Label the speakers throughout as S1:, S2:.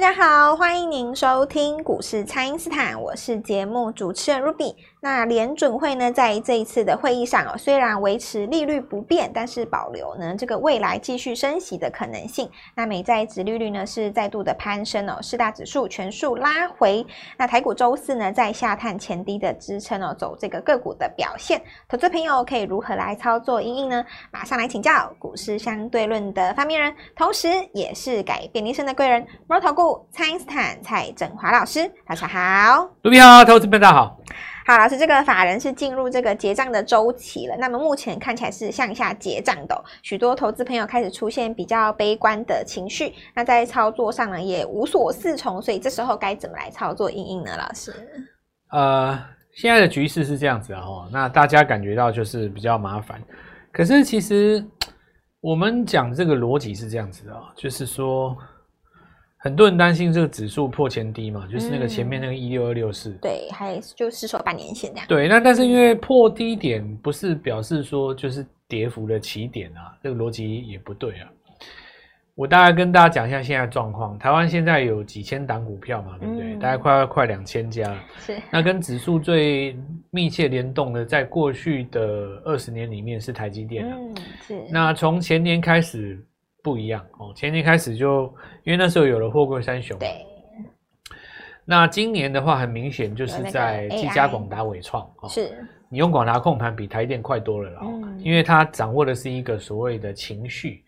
S1: 家好，欢迎您收听股市蔡因斯坦，我是节目主持人 Ruby。那联准会呢，在这一次的会议上哦，虽然维持利率不变，但是保留呢这个未来继续升息的可能性。那美债值利率呢是再度的攀升哦，四大指数全数拉回。那台股周四呢在下探前低的支撑哦，走这个个股的表现。投资朋友可以如何来操作因应呢？马上来请教股市相对论的发明人，同时也是改变人生的贵人——摩头顾蔡因斯坦蔡振华老师，大家好。
S2: 卢平好，投资朋友大家好。
S1: 好，老师，这个法人是进入这个结账的周期了。那么目前看起来是向下结账的哦、许多投资朋友开始出现比较悲观的情绪。那在操作上呢，也无所适从，所以这时候该怎么来操作应应呢？老师，
S2: 呃，现在的局势是这样子啊，哦，那大家感觉到就是比较麻烦。可是其实我们讲这个逻辑是这样子的、哦，就是说很多人担心这个指数破前低嘛，就是那个前面那个一六二六四。
S1: 对，还就失守半年线这样。
S2: 对，那但是因为破低点不是表示说就是跌幅的起点啊，这个逻辑也不对啊。我大概跟大家讲一下现在的状况，台湾现在有几千档股票嘛，对不对？
S1: 嗯
S2: 大概快快两千家了。
S1: 是，
S2: 那跟指数最密切联动的，在过去的二十年里面是台积电、啊。
S1: 嗯，是，
S2: 那从前年开始不一样哦，前年开始就因为那时候有了货柜三雄。
S1: 对，
S2: 那今年的话，很明显就是在
S1: 有那个 AI
S2: 技嘉、广达、伟创哦。
S1: 是，
S2: 你用广达控盘比台电快多了啦、哦，
S1: 嗯
S2: 因为它掌握的是一个所谓的情绪。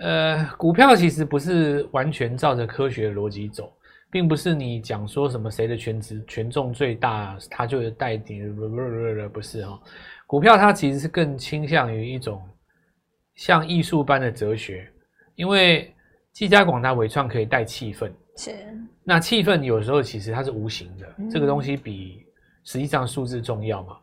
S2: 呃，股票其实不是完全照着科学的逻辑走，并不是你讲说什么谁的权值权重最大，它就带跌，不不不不不是哦。股票它其实是更倾向于一种像艺术般的哲学，因为技嘉、广达、伟创可以带气氛，
S1: 是，
S2: 那气氛有时候其实它是无形的，
S1: 嗯
S2: 这个东西比实际上数字重要嘛。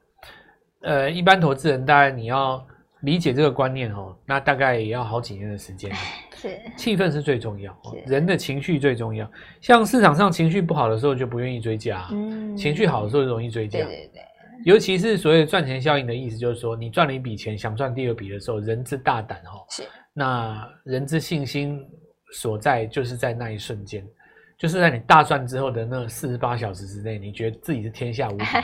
S2: 呃，一般投资人大概你要理解这个观念哦，那大概也要好几年的 时间。
S1: 是，
S2: 气氛是最重要哦，
S1: 是
S2: 人的情绪最重要。像市场上情绪不好的时候就不愿意追价啊、
S1: 嗯
S2: 情绪好的时候容易追价
S1: 对。对对，
S2: 尤其是所谓的赚钱效应的意思，就是说你赚了一笔钱，想赚第二笔的时候，人之大胆哦，
S1: 是，
S2: 那人之信心所在，就是在那一瞬间，就是在你大赚之后的那四十八小时之内，你觉得自己是天下无敌的，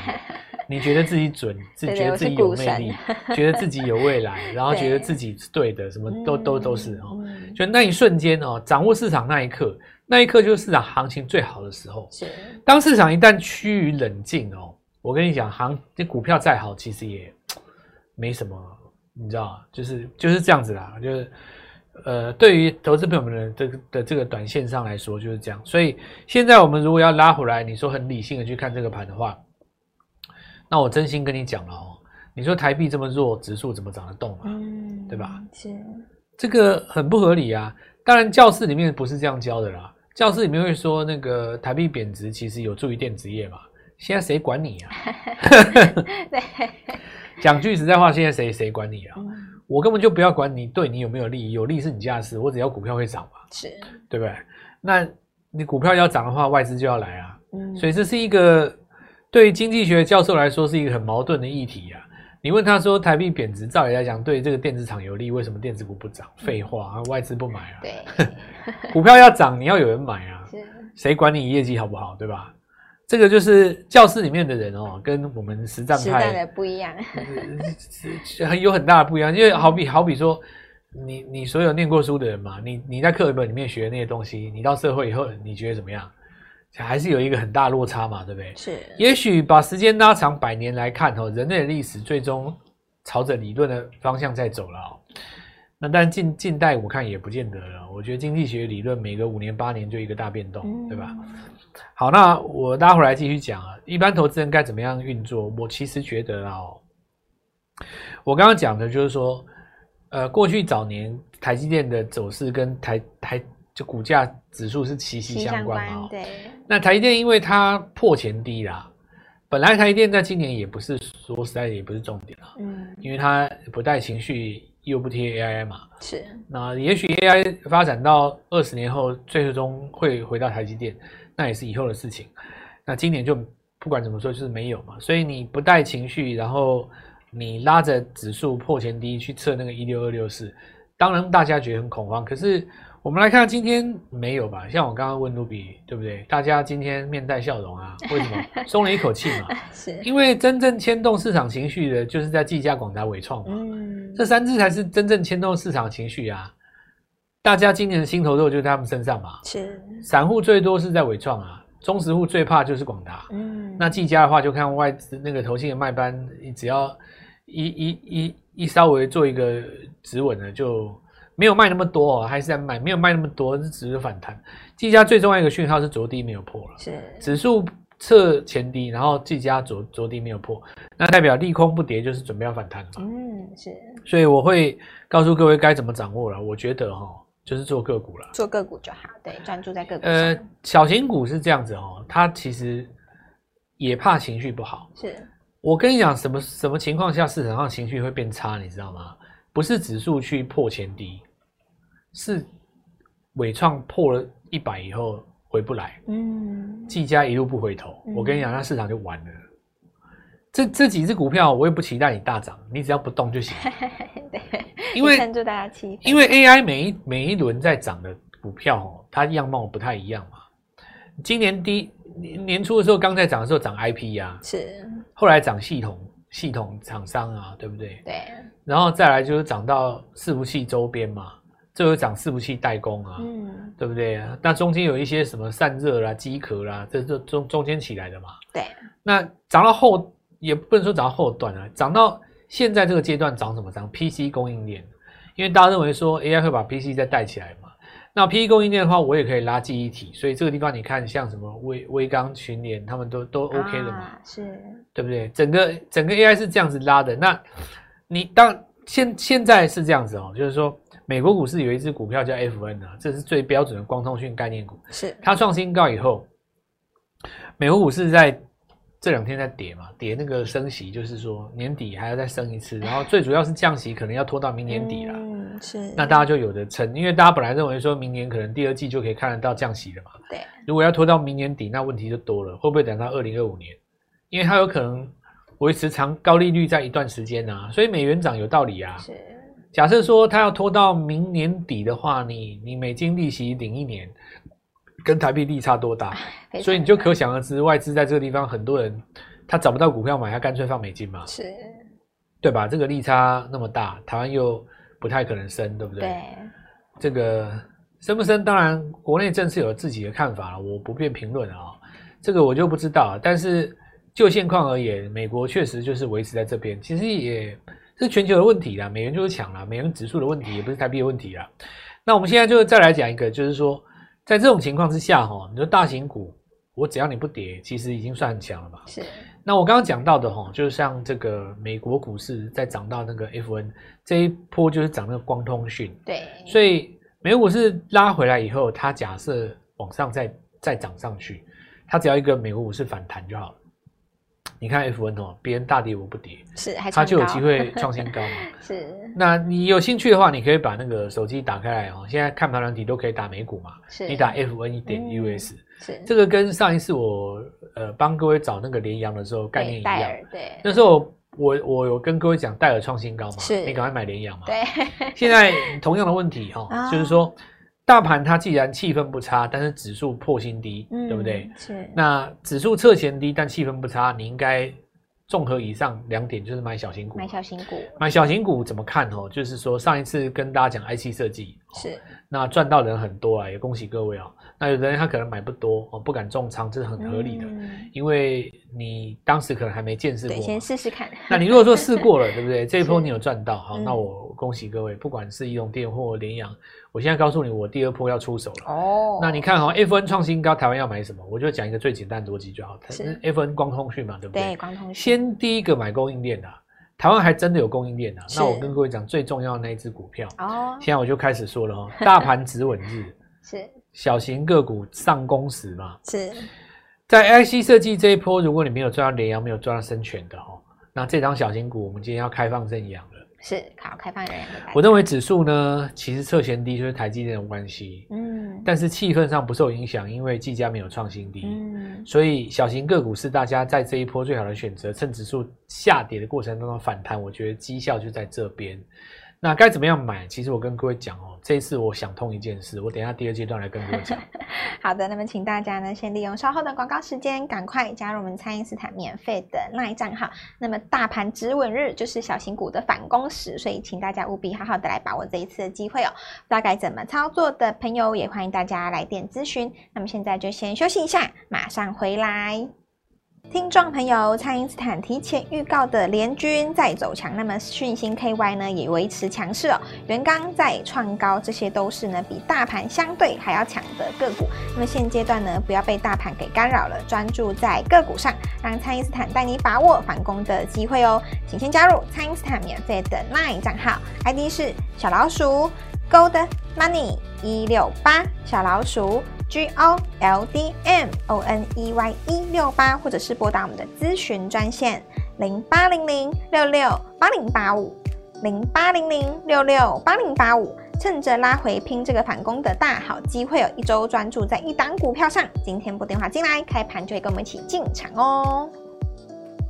S2: 你觉得自己准，自 己
S1: 对对
S2: 觉
S1: 我
S2: 得自
S1: 是
S2: 己有
S1: 股
S2: 魅
S1: 神
S2: 力， 觉得自己有未来，然后
S1: 对
S2: 觉得自己是对的，什么都都都是哦。
S1: 嗯，
S2: 就那一瞬间哦，掌握市场那一刻，那一刻就是市场行情最好的时候。
S1: 是，
S2: 当市场一旦趋于冷静哦，我跟你讲，行，这股票再好，其实也没什么，你知道，就是就是这样子啦，就是呃，对于投资朋友们的这个的这个短线上来说就是这样。所以现在我们如果要拉回来，你说很理性的去看这个盘的话，那我真心跟你讲了哦，你说台币这么弱，指数怎么涨得动啊？
S1: 嗯，
S2: 对吧？
S1: 是，
S2: 这个很不合理啊！当然，教室里面不是这样教的啦。教室里面会说，那个台币贬值其实有助于电子业嘛。现在谁管你啊？
S1: 对，
S2: 讲句实在话，现在谁谁管你啊？
S1: 嗯
S2: 我根本就不要管你对你有没有利益，有利是你家的事，我只要股票会涨嘛，
S1: 是，
S2: 对不对？那你股票要涨的话，外资就要来啊。
S1: 嗯，
S2: 所以这是一个对于经济学教授来说是一个很矛盾的议题啊。你问他说台币贬值，照理来讲对这个电子厂有利，为什么电子股不涨？废话啊，外资不买啊。
S1: 嗯 对，
S2: 股票要涨，你要有人买啊，
S1: 是，
S2: 谁管你业绩好不好，对吧？这个就是教室里面的人哦，跟我们实战
S1: 时代
S2: 派
S1: 的不一样，
S2: 呃很有很大的不一样，因为好比好比说，你你所有念过书的人嘛，你你在课本里面学的那些东西，你到社会以后，你觉得怎么样？还是有一个很大落差嘛，对不对？
S1: 是，
S2: 也许把时间拉长百年来看哦，人类的历史最终朝着理论的方向在走了哦。那但近近代我看也不见得了，我觉得经济学理论每隔五年八年就一个大变动，
S1: 嗯
S2: 对吧？？好，那我拉回来继续讲啊，一般投资人该怎么样运作？我其实觉得啊、哦，我刚刚讲的就是说，呃，过去早年台积电的走势跟台台就股价指数是息息
S1: 息
S2: 相
S1: 相
S2: 关嘛、哦
S1: 关，，对，
S2: 那台积电因为它破前低啦，本来台积电在今年也不是说实在也不是重点啦，
S1: 嗯，
S2: 因为它不带情绪又不贴 AI 嘛，
S1: 是，
S2: 那也许 AI 发展到二十年后，最终会回到台积电，那也是以后的事情。那今年就不管怎么说就是没有嘛，所以你不带情绪，然后你拉着指数破前低去测那个一六二六四，当然大家觉得很恐慌，可是。我们来看今天没有吧？像我刚刚问卢比，对不对？大家今天面带笑容啊，为什么松了一口气嘛？
S1: 是，
S2: 因为真正牵动市场情绪的，就是在技嘉、广达、伟创嘛。
S1: 嗯，
S2: 这三只才是真正牵动市场情绪啊！大家今年的心头肉就在他们身上嘛。
S1: 是，
S2: 散户最多是在伟创啊，中实户最怕就是广达。
S1: 嗯，
S2: 那技嘉的话，就看外资那个投信的卖班，只要一一一一稍微做一个止稳呢，就没有卖那么多、哦，还是在卖，没有卖那么多，只是反弹。技嘉最重要一个讯号是着低没有破了。
S1: 是，
S2: 指数测前低，然后技嘉着着低没有破，那代表利空不跌，就是准备要反弹了嘛。
S1: 嗯，是
S2: 所以我会告诉各位该怎么掌握了。我觉得哈、就是做个股了。
S1: 做个股就好，对，专注在个股
S2: 呃
S1: 上，，
S2: 小型股是这样子哦，它其实也怕情绪不好。
S1: 是，
S2: 我跟你讲，什么什么情况下市场上情绪会变差，你知道吗？不是指数去破前低，是伟创破了一百以后回不来，
S1: 嗯，
S2: 技嘉一路不回头，
S1: 嗯
S2: 我跟你讲，那市场就完了。这这几只股票，我也不期待你大涨，你只要不动就行，
S1: 对，
S2: 因为
S1: 撑住大家气氛，
S2: 因为 AI 每一每一轮在涨的股票哦，它样貌不太一样嘛。今年低年年初的时候，刚在涨的时候涨 IP 呀、
S1: 是，
S2: 后来涨系统系统厂商啊，对不对？
S1: 对，
S2: 然后再来就是涨到伺服器周边嘛，最后涨伺服器代工啊，
S1: 嗯，
S2: 对不对？那中间有一些什么散热啦、机壳啦，这这中中间起来的嘛。
S1: 对，
S2: 那涨到后也不能说涨到后段啊，涨到现在这个阶段涨什么？涨 PC 供应链，因为大家认为说 AI 会把 PC 再带起来嘛。那 PC 供应链的话，我也可以拉记忆体，所以这个地方你看，像什么微微刚、群联，他们都都 OK 的嘛，
S1: 啊，是，
S2: 对不对？整个整个 AI 是这样子拉的。那你当现现在是这样子哦，就是说美国股市有一只股票叫 FN 啊，这是最标准的光通讯概念股。
S1: 是，
S2: 它创新高以后，美国股市在这两天在跌嘛，跌那个升息，就是说年底还要再升一次，然后最主要是降息可能要拖到明年底了。
S1: 嗯，是，
S2: 那大家就有的撑，因为大家本来认为说明年可能第二季就可以看得到降息了嘛。
S1: 对，
S2: 如果要拖到明年底，那问题就多了，会不会等到二零二五年？因为它有可能维持长高利率在一段时间啊，所以美元涨有道理啊。
S1: 是，
S2: 假设说它要拖到明年底的话，你你美金利息领一年，跟台币利差多大？
S1: 非
S2: 所以
S1: 常
S2: 你就
S1: 的
S2: 可想而知，外资在这个地方很多人他找不到股票买，他干脆放美金嘛，
S1: 是，
S2: 对吧？这个利差那么大，台湾又不太可能升，对不对？
S1: 对，
S2: 这个升不升，当然国内政治有自己的看法了，我不便评论啊、这个我就不知道。但是就现况而言，美国确实就是维持在这边，其实也是全球的问题啦，美元就是强啦，美元指数的问题，也不是台币的问题啦。那我们现在就再来讲一个，就是说在这种情况之下哈、你说大型股，我只要你不跌，其实已经算很强了吧？
S1: 是，
S2: 那我刚刚讲到的哈、就是像这个美国股市在涨到那个 FN 这一波，就是涨那个光通讯。
S1: 对，
S2: 所以美股是拉回来以后，它假设往上再再涨上去，它只要一个美国股市反弹就好了。你看 F 1哦，别人大跌我不跌，
S1: 是，还创
S2: 它就有
S1: 高
S2: 机，会创新高 嘛。
S1: 是，
S2: 那你有兴趣的话，你可以把那个手机打开来哦，现在看盘软体都可以打美股嘛，
S1: 是，
S2: 你打 F 1一点
S1: 嗯
S2: US，、
S1: 是
S2: 这个跟上一次我呃帮各位找那个联阳的时候概念
S1: 对
S2: 一
S1: 戴
S2: 样。
S1: 尔，对，
S2: 那时候我我有跟各位讲戴尔创新高嘛，
S1: 是
S2: 你赶快买联阳嘛。
S1: 对，
S2: 现在同样的问题哈、
S1: 啊
S2: 就是说，大盘它既然气氛不差，但是指数破新低，对不对？
S1: 嗯？是，
S2: 那指数测前低，但气氛不差，你应该综合以上两点，就是买小型股。
S1: 买小型股
S2: 买小型股怎么看哦？就是说上一次跟大家讲 IC 设计，哦
S1: 是，
S2: 那赚到人很多啊，也恭喜各位哦。那有的人他可能买不多哦，不敢重仓，这是很合理的，
S1: 嗯
S2: 因为你当时可能还没见识过
S1: 对，
S2: 嘛。
S1: 先试试看，
S2: 那你如果说试过了，对不对？这一波你有赚到，好，
S1: 嗯
S2: 那我恭喜各位，不管是移动电或联阳，我现在告诉你，我第二波要出手了。
S1: 哦，
S2: 那你看哈、f 1创新高，台湾要买什么？我就讲一个最简单的逻辑就好。它
S1: 是
S2: F 1光通讯嘛，对不对？
S1: 对光通讯
S2: 先第一个买供应链的、啊，台湾还真的有供应链的、啊。
S1: 是
S2: 那我跟各位讲最重要的那一只股票，
S1: 哦
S2: 现在我就开始说了哦，大盘止稳 日，
S1: 是
S2: 小型个股上攻时嘛，
S1: 是
S2: 在 IC 设计这一波，如果你没有赚到联阳，没有赚到深全的哦，那这张小型股我们今天要开放认养了。
S1: 是，好，开放人两
S2: 我
S1: 个
S2: 认为指数呢，其实测前低就是台积电的关系，
S1: 嗯
S2: 但是气氛上不受影响，因为技嘉没有创新低，
S1: 嗯
S2: 所以小型个股是大家在这一波最好的选择。趁指数下跌的过程当中反弹，我觉得绩效就在这边。那该怎么样买？其实我跟各位讲哦，这一次我想通一件事，我等一下第二阶段来跟各位讲。
S1: 好的，那么请大家呢，先利用稍后的广告时间，赶快加入我们蔡因斯坦免费的 LINE 账号。那么大盘止稳日就是小型股的反攻时，所以请大家务必好好的来把握这一次的机会哦。不知道该怎么操作的朋友，也欢迎大家来电咨询。那么现在就先休息一下，马上回来。听众朋友，蔡因斯坦提前预告的联军再走强，那么讯星 KY 呢也维持强势哦，元刚再创高，这些都是呢比大盘相对还要强的个股。那么现阶段呢，不要被大盘给干扰了，专注在个股上，让蔡因斯坦带你把握反攻的机会哦。请先加入蔡因斯坦免费的 LINE 账号，ID 是小老鼠 Gold Money 一六八小老鼠。G O L D M O N E Y 一六八，或者是拨打我们的咨询专线零八零零六六八零八五零八零零六六八零八五。趁着拉回拼这个反攻的大好机会哦，一周专注在一档股票上。今天拨电话进来，开盘就会跟我们一起进场哦。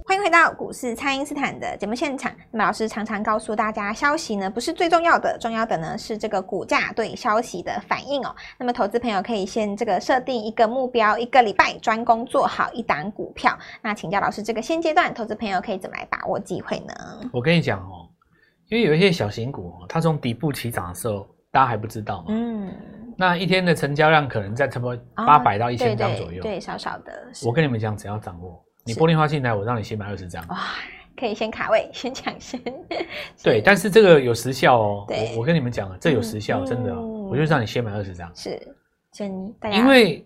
S1: 欢迎回到股市，蔡因斯坦的节目现场。那么老师常常告诉大家，消息呢不是最重要的，重要的呢是这个股价对消息的反应哦。那么投资朋友可以先这个设定一个目标，一个礼拜专攻做好一档股票。那请教老师，这个现阶段投资朋友可以怎么来把握机会呢？
S2: 我跟你讲哦，因为有一些小型股、哦，它从底部起涨的时候，大家还不知道嘛。
S1: 嗯，
S2: 那一天的成交量可能在差不多
S1: 哦
S2: 八百到一
S1: 对
S2: 千张
S1: 对
S2: 左右。
S1: 对，少少的，是
S2: 我跟你们讲，只要掌握，你
S1: 是哦
S2: 拨电话进来，我让你先买二十张。
S1: 哇，可以先卡位，先抢先。
S2: 对，
S1: 是
S2: 但是这个有时效哦。
S1: 对
S2: 我我跟你们讲啊，这有时效，
S1: 嗯
S2: 真的哦、
S1: 嗯啊
S2: 我就让你先买二十张，
S1: 是先大家
S2: 因为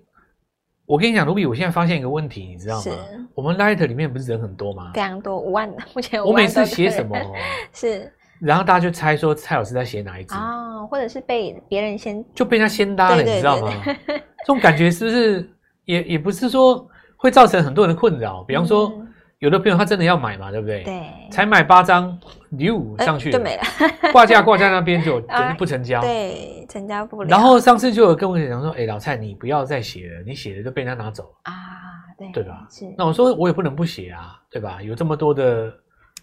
S2: 我跟你讲，卢比，我现在发现一个问题，你知道
S1: 是
S2: 吗？我们 Light 里面不是人很多吗
S1: 非？常多五万， 目前有
S2: 我
S1: 五万
S2: 每次
S1: 多个
S2: 写什么
S1: 人
S2: 哦，
S1: 是
S2: 然后大家就猜说蔡老师在写哪一只，
S1: 哦，或者是被别人先
S2: 就被人家先搭了，
S1: 对对
S2: 你知道吗？ 这种感觉是不是也也不是说会造成很多人的困扰？比方说，
S1: 嗯
S2: 有的朋友他真的要买嘛，对不对？
S1: 对
S2: 才买八张，六上去
S1: 呃就没了，
S2: 挂架挂在那边就
S1: 啊
S2: 就不成交。
S1: 对，成交不了。
S2: 然后上次就有跟我讲说，哎，老蔡，你不要再写了，你写的就被人家拿走了。
S1: 啊，对
S2: 对吧
S1: 是
S2: 那我说我也不能不写啊，对吧？有这么多的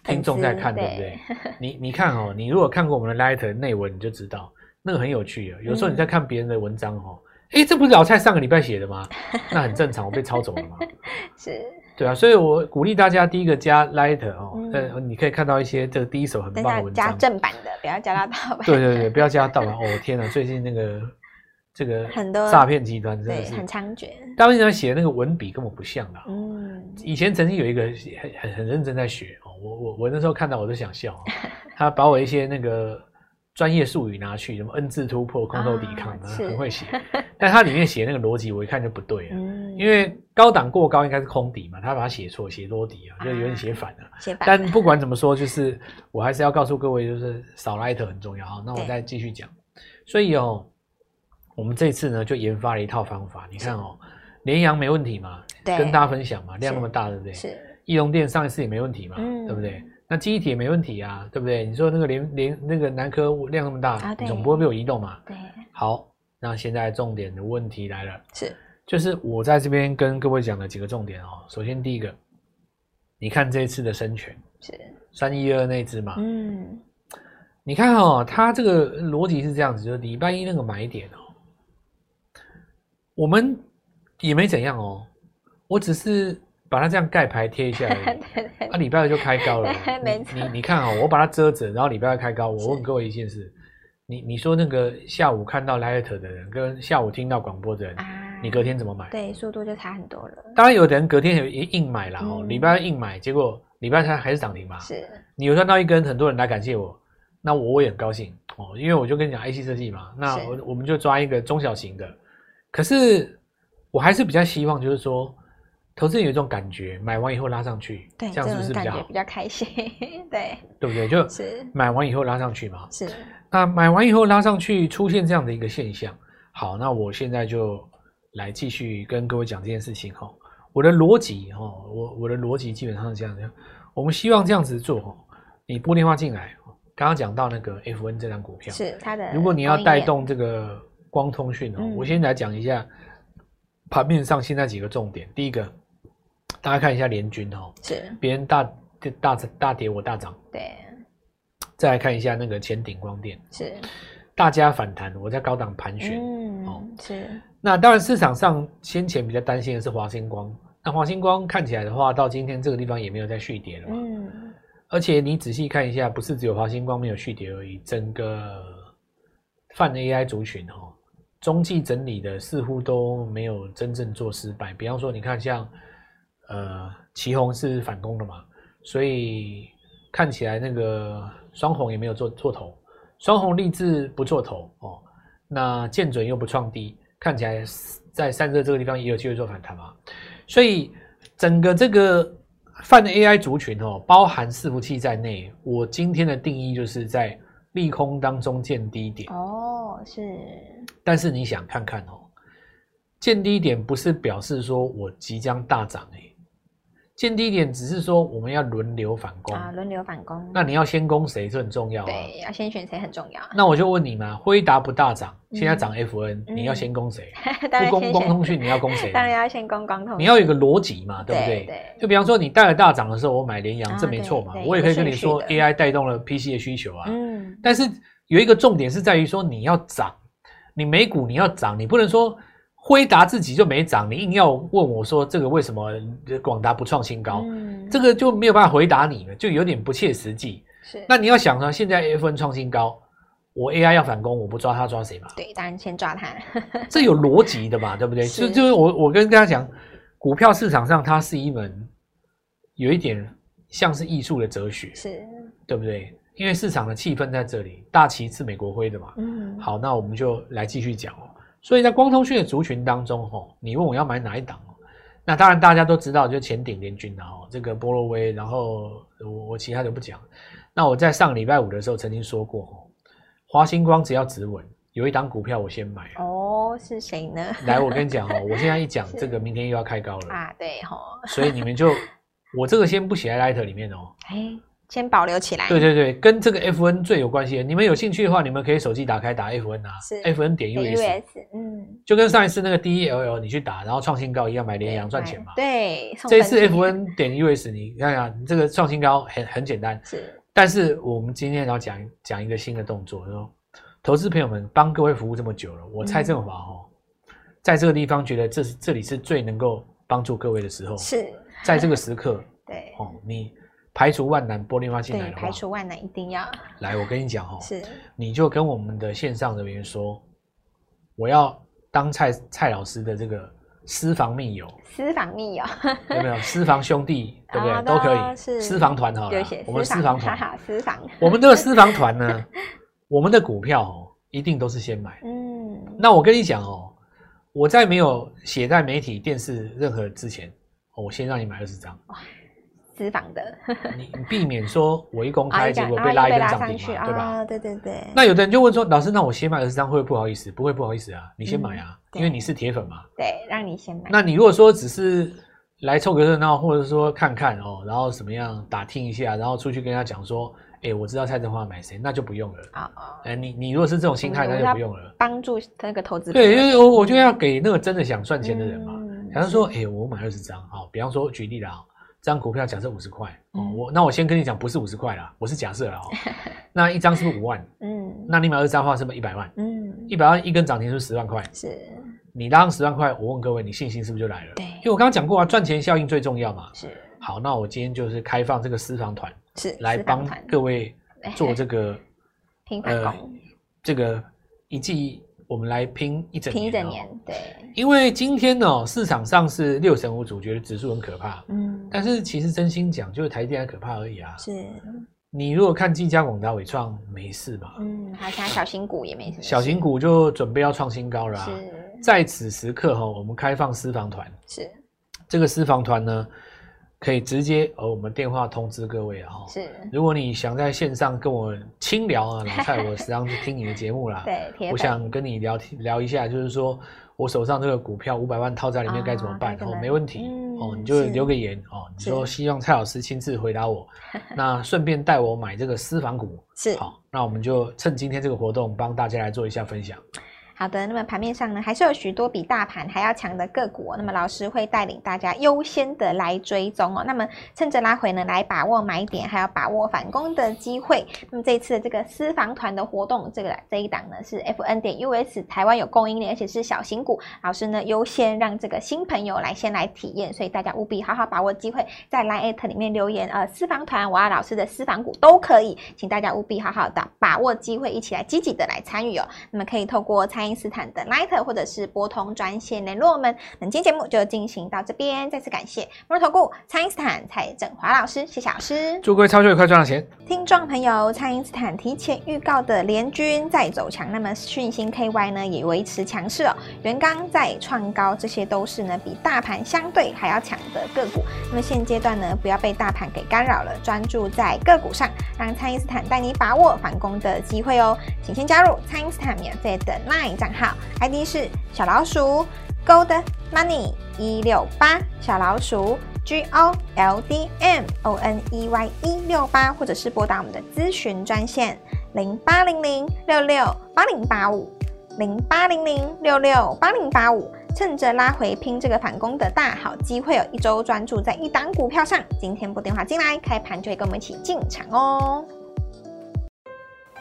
S2: 听众在看，
S1: 粉
S2: 对
S1: 丝
S2: 不对？你你看哦，你如果看过我们的 Light 内文，你就知道那个很有趣啊。有时候你在看别人的文章哦，哎、这不是老蔡上个礼拜写的吗？那很正常，我被抄走 了嘛。
S1: 是，
S2: 对啊，所以我鼓励大家第一个加 Light 哦，
S1: 嗯
S2: 呃，你可以看到一些这个第一手很
S1: 但是
S2: 棒的
S1: 要
S2: 文
S1: 加
S2: 章。
S1: 正版的，不要加到盗版。
S2: 对对对，不要加盗版。哦，天哪，最近那个这个
S1: 很多
S2: 诈骗集团 真的
S1: 对，
S2: 是，
S1: 很猖獗。
S2: 大部分人写的那个文笔根本不像啊啦。
S1: 嗯，
S2: 以前曾经有一个很很很认真在学哦，我我我那时候看到我都想笑哦，他把我一些那个专业术语拿去，什么 N 字突破、空头抵抗，
S1: 啊是
S2: 很会写，但他里面写那个逻辑我一看就不对了，
S1: 嗯
S2: 因为高档过高应该是空底嘛，他把它写错，写多底啊，就有点写反了。
S1: 写版
S2: 但不管怎么说，就是我还是要告诉各位，就是少 light 很重要啊。那我
S1: 对
S2: 再继续讲，所以哦，我们这次呢就研发了一套方法，你看哦，联阳没问题嘛，
S1: 对
S2: 跟大家分享嘛，量
S1: 是
S2: 那么大，对不对？
S1: 是
S2: 翼龙店上一次也没问题嘛，
S1: 嗯
S2: 对不对？那记忆体也没问题啊，对不对？你说那个连连那个南科量那么大，
S1: 啊对
S2: 你总不会被我移动嘛？
S1: 对
S2: 好，那现在重点的问题来了。
S1: 是
S2: 就是我在这边跟各位讲的几个重点哦。首先第一个，你看这一次的生权
S1: 是
S2: 三一二那一只嘛，
S1: 嗯
S2: 你看哦，它这个逻辑是这样子，就是礼拜一那个买点哦，我们也没怎样哦，我只是把它这样盖牌贴一下而已。
S1: 对对。
S2: 啊，礼拜二就开高了
S1: 没错
S2: 你你你看哦，我把它遮着，然后礼拜二开高。
S1: 是
S2: 我问各位一件事，你你说那个下午看到 Light 的人，跟下午听到广播的人，
S1: 啊，
S2: 你隔天怎么买？
S1: 对速度就差很多了，
S2: 当然，有的人隔天有一硬买啦，哦，
S1: 嗯
S2: 礼拜二硬买，结果礼拜三还是涨停嘛。
S1: 是
S2: 你有赚到一根，很多人来感谢我，那我我也很高兴哦，因为我就跟你讲 IC 设计嘛，那
S1: 是
S2: 我我们就抓一个中小型的。可是我还是比较希望，就是说，投资人有一种感觉，买完以后拉上去，
S1: 对
S2: 这样是不
S1: 种
S2: 是比
S1: 感
S2: 较
S1: 觉
S2: 好
S1: 比？较开心， 对
S2: 对不对？就是买完以后拉上去嘛。
S1: 是
S2: 那买完以后拉上去，出现这样的一个现象。好，那我现在就来继续跟各位讲这件事情哈、哦。我的逻辑哈、哦，我我的逻辑基本上是这样的。我们希望这样子做哦，你拨电话进来，刚刚讲到那个 F1 这张股票，
S1: 是它的供应链，
S2: 如果你要带动这个光通讯哦，
S1: 嗯
S2: 我先来讲一下盘面上现在几个重点。第一个，大家看一下联军哦，
S1: 是
S2: 别人大大大跌我大涨，
S1: 对
S2: 再来看一下那个前顶光电，
S1: 是，
S2: 大家反弹，我在高档盘旋。哦
S1: 嗯，是，
S2: 那当然市场上先前比较担心的是华星光，那华星光看起来的话，到今天这个地方也没有再续跌了嘛。
S1: 嗯，
S2: 而且你仔细看一下，不是只有华星光没有续跌而已，整个泛 AI 族群哦，中继整理的似乎都没有真正做失败。比方说，你看像呃旗红是反攻的嘛，所以看起来那个双红也没有做做头，双红立志不做头哦，那见准又不创低，看起来在散热这个地方也有机会做反弹嘛。所以整个这个泛 AI 族群哦，包含伺服器在内，我今天的定义就是在利空当中见低点。
S1: 哦，是，
S2: 但是你想看看哦，见低点不是表示说我即将大涨哎、见低点只是说我们要轮流反攻。
S1: 啊，轮流反攻，
S2: 哦那你要先攻谁，这很重要啊。
S1: 对，要先选谁很重要，
S2: 那我就问你嘛，辉达不大涨，现在涨 FN，、
S1: 嗯
S2: 你要先攻谁？
S1: 当
S2: 不
S1: 然
S2: 攻
S1: 先
S2: 光
S1: 选，
S2: 通讯，你要攻谁？
S1: 当然要先攻光头，
S2: 你要有一个逻辑嘛，对不对？
S1: 对对
S2: 就比方说你带了大涨的时候，我买联阳，
S1: 啊
S2: 这没错嘛
S1: 对。对
S2: 我也可以跟你说
S1: 有顺序的
S2: ，AI 带动了 PC 的需求啊。
S1: 嗯，
S2: 但是有一个重点是在于说你要涨，你美股你要涨，你不能说辉达自己就没涨，你硬要问我说这个为什么广达不创新高，
S1: 嗯
S2: 这个就没有办法回答你了，就有点不切实际。
S1: 是，
S2: 那你要想呢，现在 F N 创新高，我 AI 要反攻，我不抓它 抓谁嘛？
S1: 对，当然先抓他，
S2: 这有逻辑的嘛，对不对？
S1: 是
S2: 就就是我我跟大家讲，股票市场上它是一门有一点像是艺术的哲学，
S1: 是，
S2: 对不对？因为市场的气氛在这里，大旗是美国徽的嘛。
S1: 嗯，
S2: 好，那我们就来继续讲哦。所以在光通讯的族群当中，哦，你问我要买哪一档哦？那当然大家都知道，就前顶联军啊，哦，这个波罗威，然后我我其他就不讲。那我在上礼拜五的时候曾经说过，哦，华星光只要止稳，有一档股票我先买了。
S1: 哦，是谁呢？
S2: 来，我跟你讲哦，我现在一讲
S1: 是
S2: 这个，明天又要开高了，
S1: 啊，对吼，
S2: 所以你们就我这个先不写在 Light 里面哦。
S1: 哎，先保留起来，
S2: 对，对对，跟这个 FN 最有关系的。你们有兴趣的话，你们可以手机打开打 FN 啊
S1: 是
S2: ，FN 点 US，
S1: US，嗯，
S2: 就跟上一次那个 DELL 你去打，然后创新高一样，买联阳赚钱嘛。
S1: 对，送
S2: 这一
S1: 分
S2: 次
S1: 题
S2: FN 点 US，你看看这个创新高很很简单，
S1: 是，
S2: 但是我们今天要讲讲一个新的动作，就是说投资朋友们帮各位服务这么久了，我
S1: 嗯
S2: 蔡振华哦，在这个地方觉得这是这里是最能够帮助各位的时候，
S1: 是，
S2: 在这个时刻
S1: 对，
S2: 哦，你排除万难玻璃花进来
S1: 对，
S2: 的话
S1: 排，除万难一定要，
S2: 来我跟你讲哦，
S1: 是，
S2: 你就跟我们的线上人员说，我要当蔡蔡老师的这个私房密友，
S1: 私访密友，
S2: 有没有？私房 兄弟，对不对？
S1: 啊
S2: 都可
S1: 当然
S2: 以，
S1: 是
S2: 私房团好
S1: 有
S2: 了
S1: 写，
S2: 我们私
S1: 私
S2: 房
S1: 访，
S2: 团
S1: 哈。哈，私访，
S2: 我们这个私房团呢，我们的股票哦，一定都是先买。
S1: 嗯，
S2: 那我跟你讲哦，我在没有写在媒体、电视任何之前，哦我先让你买二 十张，
S1: 私访的，
S2: 你你避免说我一公
S1: 啊
S2: 开，
S1: 一
S2: 结
S1: 个
S2: 果
S1: 啊
S2: 被
S1: 一
S2: 拉
S1: 被
S2: 一根
S1: 拉
S2: 涨
S1: 上
S2: 停
S1: 去
S2: 嘛，对吧？
S1: 啊，对对对，
S2: 那有的人就问说，老师，那我先买二十张会不会不好意思？不会不好意思啊，你先买啊，
S1: 嗯
S2: 因为你是铁粉嘛。
S1: 对，让你先买，
S2: 那你如果说只是来凑个热闹，或者说看看哦，然后怎么样打听一下，然后出去跟他讲说，哎，我知道蔡振华买谁，那就不用了。
S1: 啊啊，
S2: 哎，你你如果是这种心态，
S1: 嗯
S2: 那就不用了。
S1: 帮助那个投资朋友，
S2: 对，因为我我就要给那个真的想赚钱的人嘛。
S1: 嗯
S2: 假如说，哎，我买二十张，好，比方说举例啦，哦这张股票假设五十块，哦，
S1: 嗯
S2: 我那我先跟你讲，不是五十块啦，我是假设啦，哦，那一张是不是五万？
S1: 嗯
S2: 那你买二十张的话，是不是一百万？
S1: 嗯，
S2: 一百万一根涨停是十万块，
S1: 是
S2: 你拉上十万块，我问各位，你信心是不是就来了？
S1: 对
S2: 因为我刚刚讲过啊，赚钱效应最重要嘛。
S1: 是
S2: 好，那我今天就是开放这个私房团
S1: 是，
S2: 来
S1: 私访
S2: 帮
S1: 团
S2: 各位
S1: 哎
S2: 做这个
S1: 拼反
S2: 呃
S1: 攻，
S2: 这个一季，我们来拼一整年、哦
S1: 拼一整年。，对，
S2: 因为今天呢、市场上是六神无主，觉得指数很可怕。
S1: 嗯，
S2: 但是其实真心讲，就是台积电还可怕而已啊。
S1: 是，
S2: 你如果看技嘉、广达、伟创，没事吧？
S1: 嗯，还有其他小型股也没什么事，
S2: 小型股就准备要创新高了、啊。
S1: 是
S2: 在此时刻哈、我们开放私房团，
S1: 是
S2: 这个私房团呢，可以直接呃、我们电话通知各位啊、哦。
S1: 是，
S2: 如果你想在线上跟我轻聊啊，老蔡，我时常去听你的节目啦。
S1: 对，铁粉
S2: 我想跟你聊天聊一下，就是说我手上这个股票五百万套在里面
S1: 啊
S2: 该怎么办？
S1: 该怎
S2: 哦
S1: 么，
S2: 没问题、
S1: 嗯
S2: 哦，你就是留个言哦，你
S1: 是
S2: 说希望蔡老师亲自回答我，那顺便带我买这个私房股。
S1: 是
S2: 好，那我们就趁今天这个活动帮大家来做一下分享。
S1: 好的，那么盘面上呢，还是有许多比大盘还要强的个股哦、那么老师会带领大家优先的来追踪哦。那么趁着拉回呢，来把握买点，还要把握反攻的机会。那么这一次的这个私房团的活动，这个这一档呢是 FN 点 US 台湾有供应链，而且是小型股。老师呢优先让这个新朋友来先来体验，所以大家务必好好把握机会，在 Line at 里面留言，呃，私房团我要老师的私房股都可以，请大家务必好好的把握机会，一起来积极的来参与哦。那么可以透过蔡因斯坦的 Line 或者是拨通专线联络我们。那么今天节目就进行到这边，再次感谢摩尔投顾蔡因斯坦蔡振华老师，谢谢老师。
S2: 祝各位操作愉快，赚到钱。
S1: 听众朋友，蔡因斯坦提前预告的联军再走强，那么讯星 KY 呢也维持强势哦，元刚再创高，这些都是呢比大盘相对还要强的个股。那么现阶段呢，不要被大盘给干扰了，专注在个股上，让蔡因斯坦带你把握反攻的机会哦。请先加入蔡因斯坦免费的 LINE 账号，ID 是小老鼠 Gold Money 一六八小老鼠。G O L D M O N E Y 一六八，或者是拨打我们的咨询专线零八零零六六八零八五零八零零六六八零八五。趁着拉回拼这个反攻的大好机会哦，一周专注在一档股票上。今天拨电话进来，开盘就会跟我们一起进场哦。